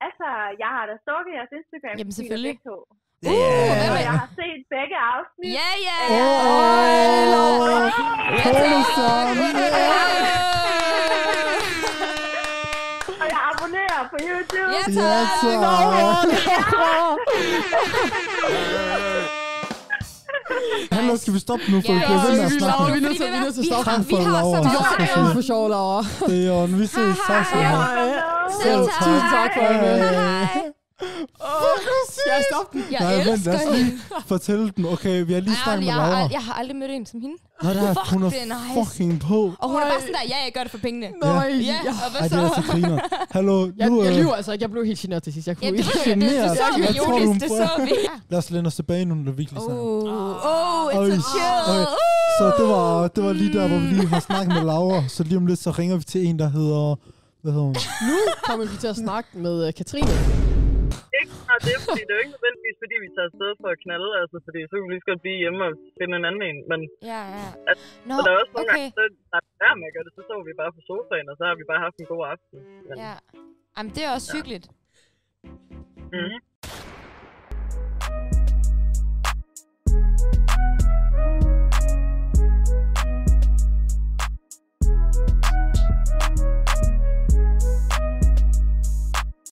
Speaker 4: Altså, jeg har da stalket jeres Instagram.
Speaker 3: Jamen, selvfølgelig.
Speaker 4: begge to.
Speaker 2: Ja, yeah.
Speaker 3: Hvad
Speaker 4: Og
Speaker 3: med-
Speaker 4: jeg har set begge afsnit.
Speaker 3: Ja, ja!
Speaker 2: Åh, Laura! Pornosang! Yeah.
Speaker 4: Og jeg abonnerer på YouTube.
Speaker 3: Ja,
Speaker 2: Ja,
Speaker 3: tak!
Speaker 2: tak!
Speaker 1: Åh, Laura!
Speaker 2: Seriøst, skal vi stoppe nu, for
Speaker 3: Ja,
Speaker 2: vi bliver ved med
Speaker 1: ja,
Speaker 2: at
Speaker 1: vi
Speaker 2: snakke
Speaker 1: er
Speaker 2: om
Speaker 1: vi nødt
Speaker 3: Fordi
Speaker 1: til- vi er nødt til at
Speaker 3: vi har,
Speaker 1: stoppe.
Speaker 2: Tak
Speaker 3: vi
Speaker 2: for
Speaker 3: har så
Speaker 2: Laura.
Speaker 1: Jo,
Speaker 3: meget
Speaker 1: tak for sjov, Laura.
Speaker 2: det. Og vi ses. Tak skal du have.
Speaker 1: Hej.
Speaker 3: Selv
Speaker 1: Selv
Speaker 3: tak.
Speaker 1: Tusind tak for det.
Speaker 3: Hej.
Speaker 1: Skal jeg stoppe den?
Speaker 3: Jeg
Speaker 2: Nej, vent,
Speaker 3: elsker
Speaker 2: lad os-
Speaker 3: hende.
Speaker 2: Fortæl den. Okay, vi har lige
Speaker 3: Jeg har,
Speaker 2: snakket med
Speaker 3: aldrig, jeg, har,
Speaker 2: Laura.
Speaker 3: ald- jeg har aldrig mødt en som hende.
Speaker 2: Nå, det er,
Speaker 3: Fuck,
Speaker 2: hun er
Speaker 3: det er nice.
Speaker 2: fucking på.
Speaker 3: Og hun er bare
Speaker 1: Ej.
Speaker 3: sådan der, ja, jeg gør det for pengene.
Speaker 1: Nej.
Speaker 3: Ja,
Speaker 1: Ja.
Speaker 3: og hvad
Speaker 2: Ej,
Speaker 3: så?
Speaker 2: det er så griner. Hallo,
Speaker 1: Jeg,
Speaker 2: nu,
Speaker 1: jeg
Speaker 2: øh,
Speaker 1: lyver altså ikke. Jeg blev helt generet til sidst. Jeg
Speaker 3: Ja,
Speaker 1: kunne
Speaker 3: det,
Speaker 1: ikke.
Speaker 3: var, det, det, det så vi,
Speaker 2: Jeg tror,
Speaker 3: Jonas,
Speaker 2: hun
Speaker 3: det
Speaker 2: prøver-
Speaker 3: så vi.
Speaker 2: lad os læne os tilbage nu, når vi virkelig
Speaker 1: Altså.
Speaker 2: snakker.
Speaker 3: Oh, oh, it's a
Speaker 2: Oj.
Speaker 3: chill.
Speaker 2: Okay, Så det var, det var lige der, hvor vi lige har snakket med Laura. Så lige om lidt, så ringer vi til en, der hedder... Hvad hedder hun?
Speaker 1: Nu kommer vi til at snakke med øh, Katrine.
Speaker 5: ikke bare det, fordi det er jo ikke nødvendigvis, fordi vi tager afsted for at knalde, altså, fordi så kan vi lige så godt blive hjemme og finde en anden en. Men
Speaker 3: Ja, ja. Nå,
Speaker 5: Altså, så der er også nogle
Speaker 3: okay.
Speaker 5: gange, så der er der med at gøre det, så sover vi bare på sofaen, og så har vi bare haft en god aften. Men,
Speaker 3: Ja. Jamen, det er også hyggeligt.
Speaker 5: Mhm.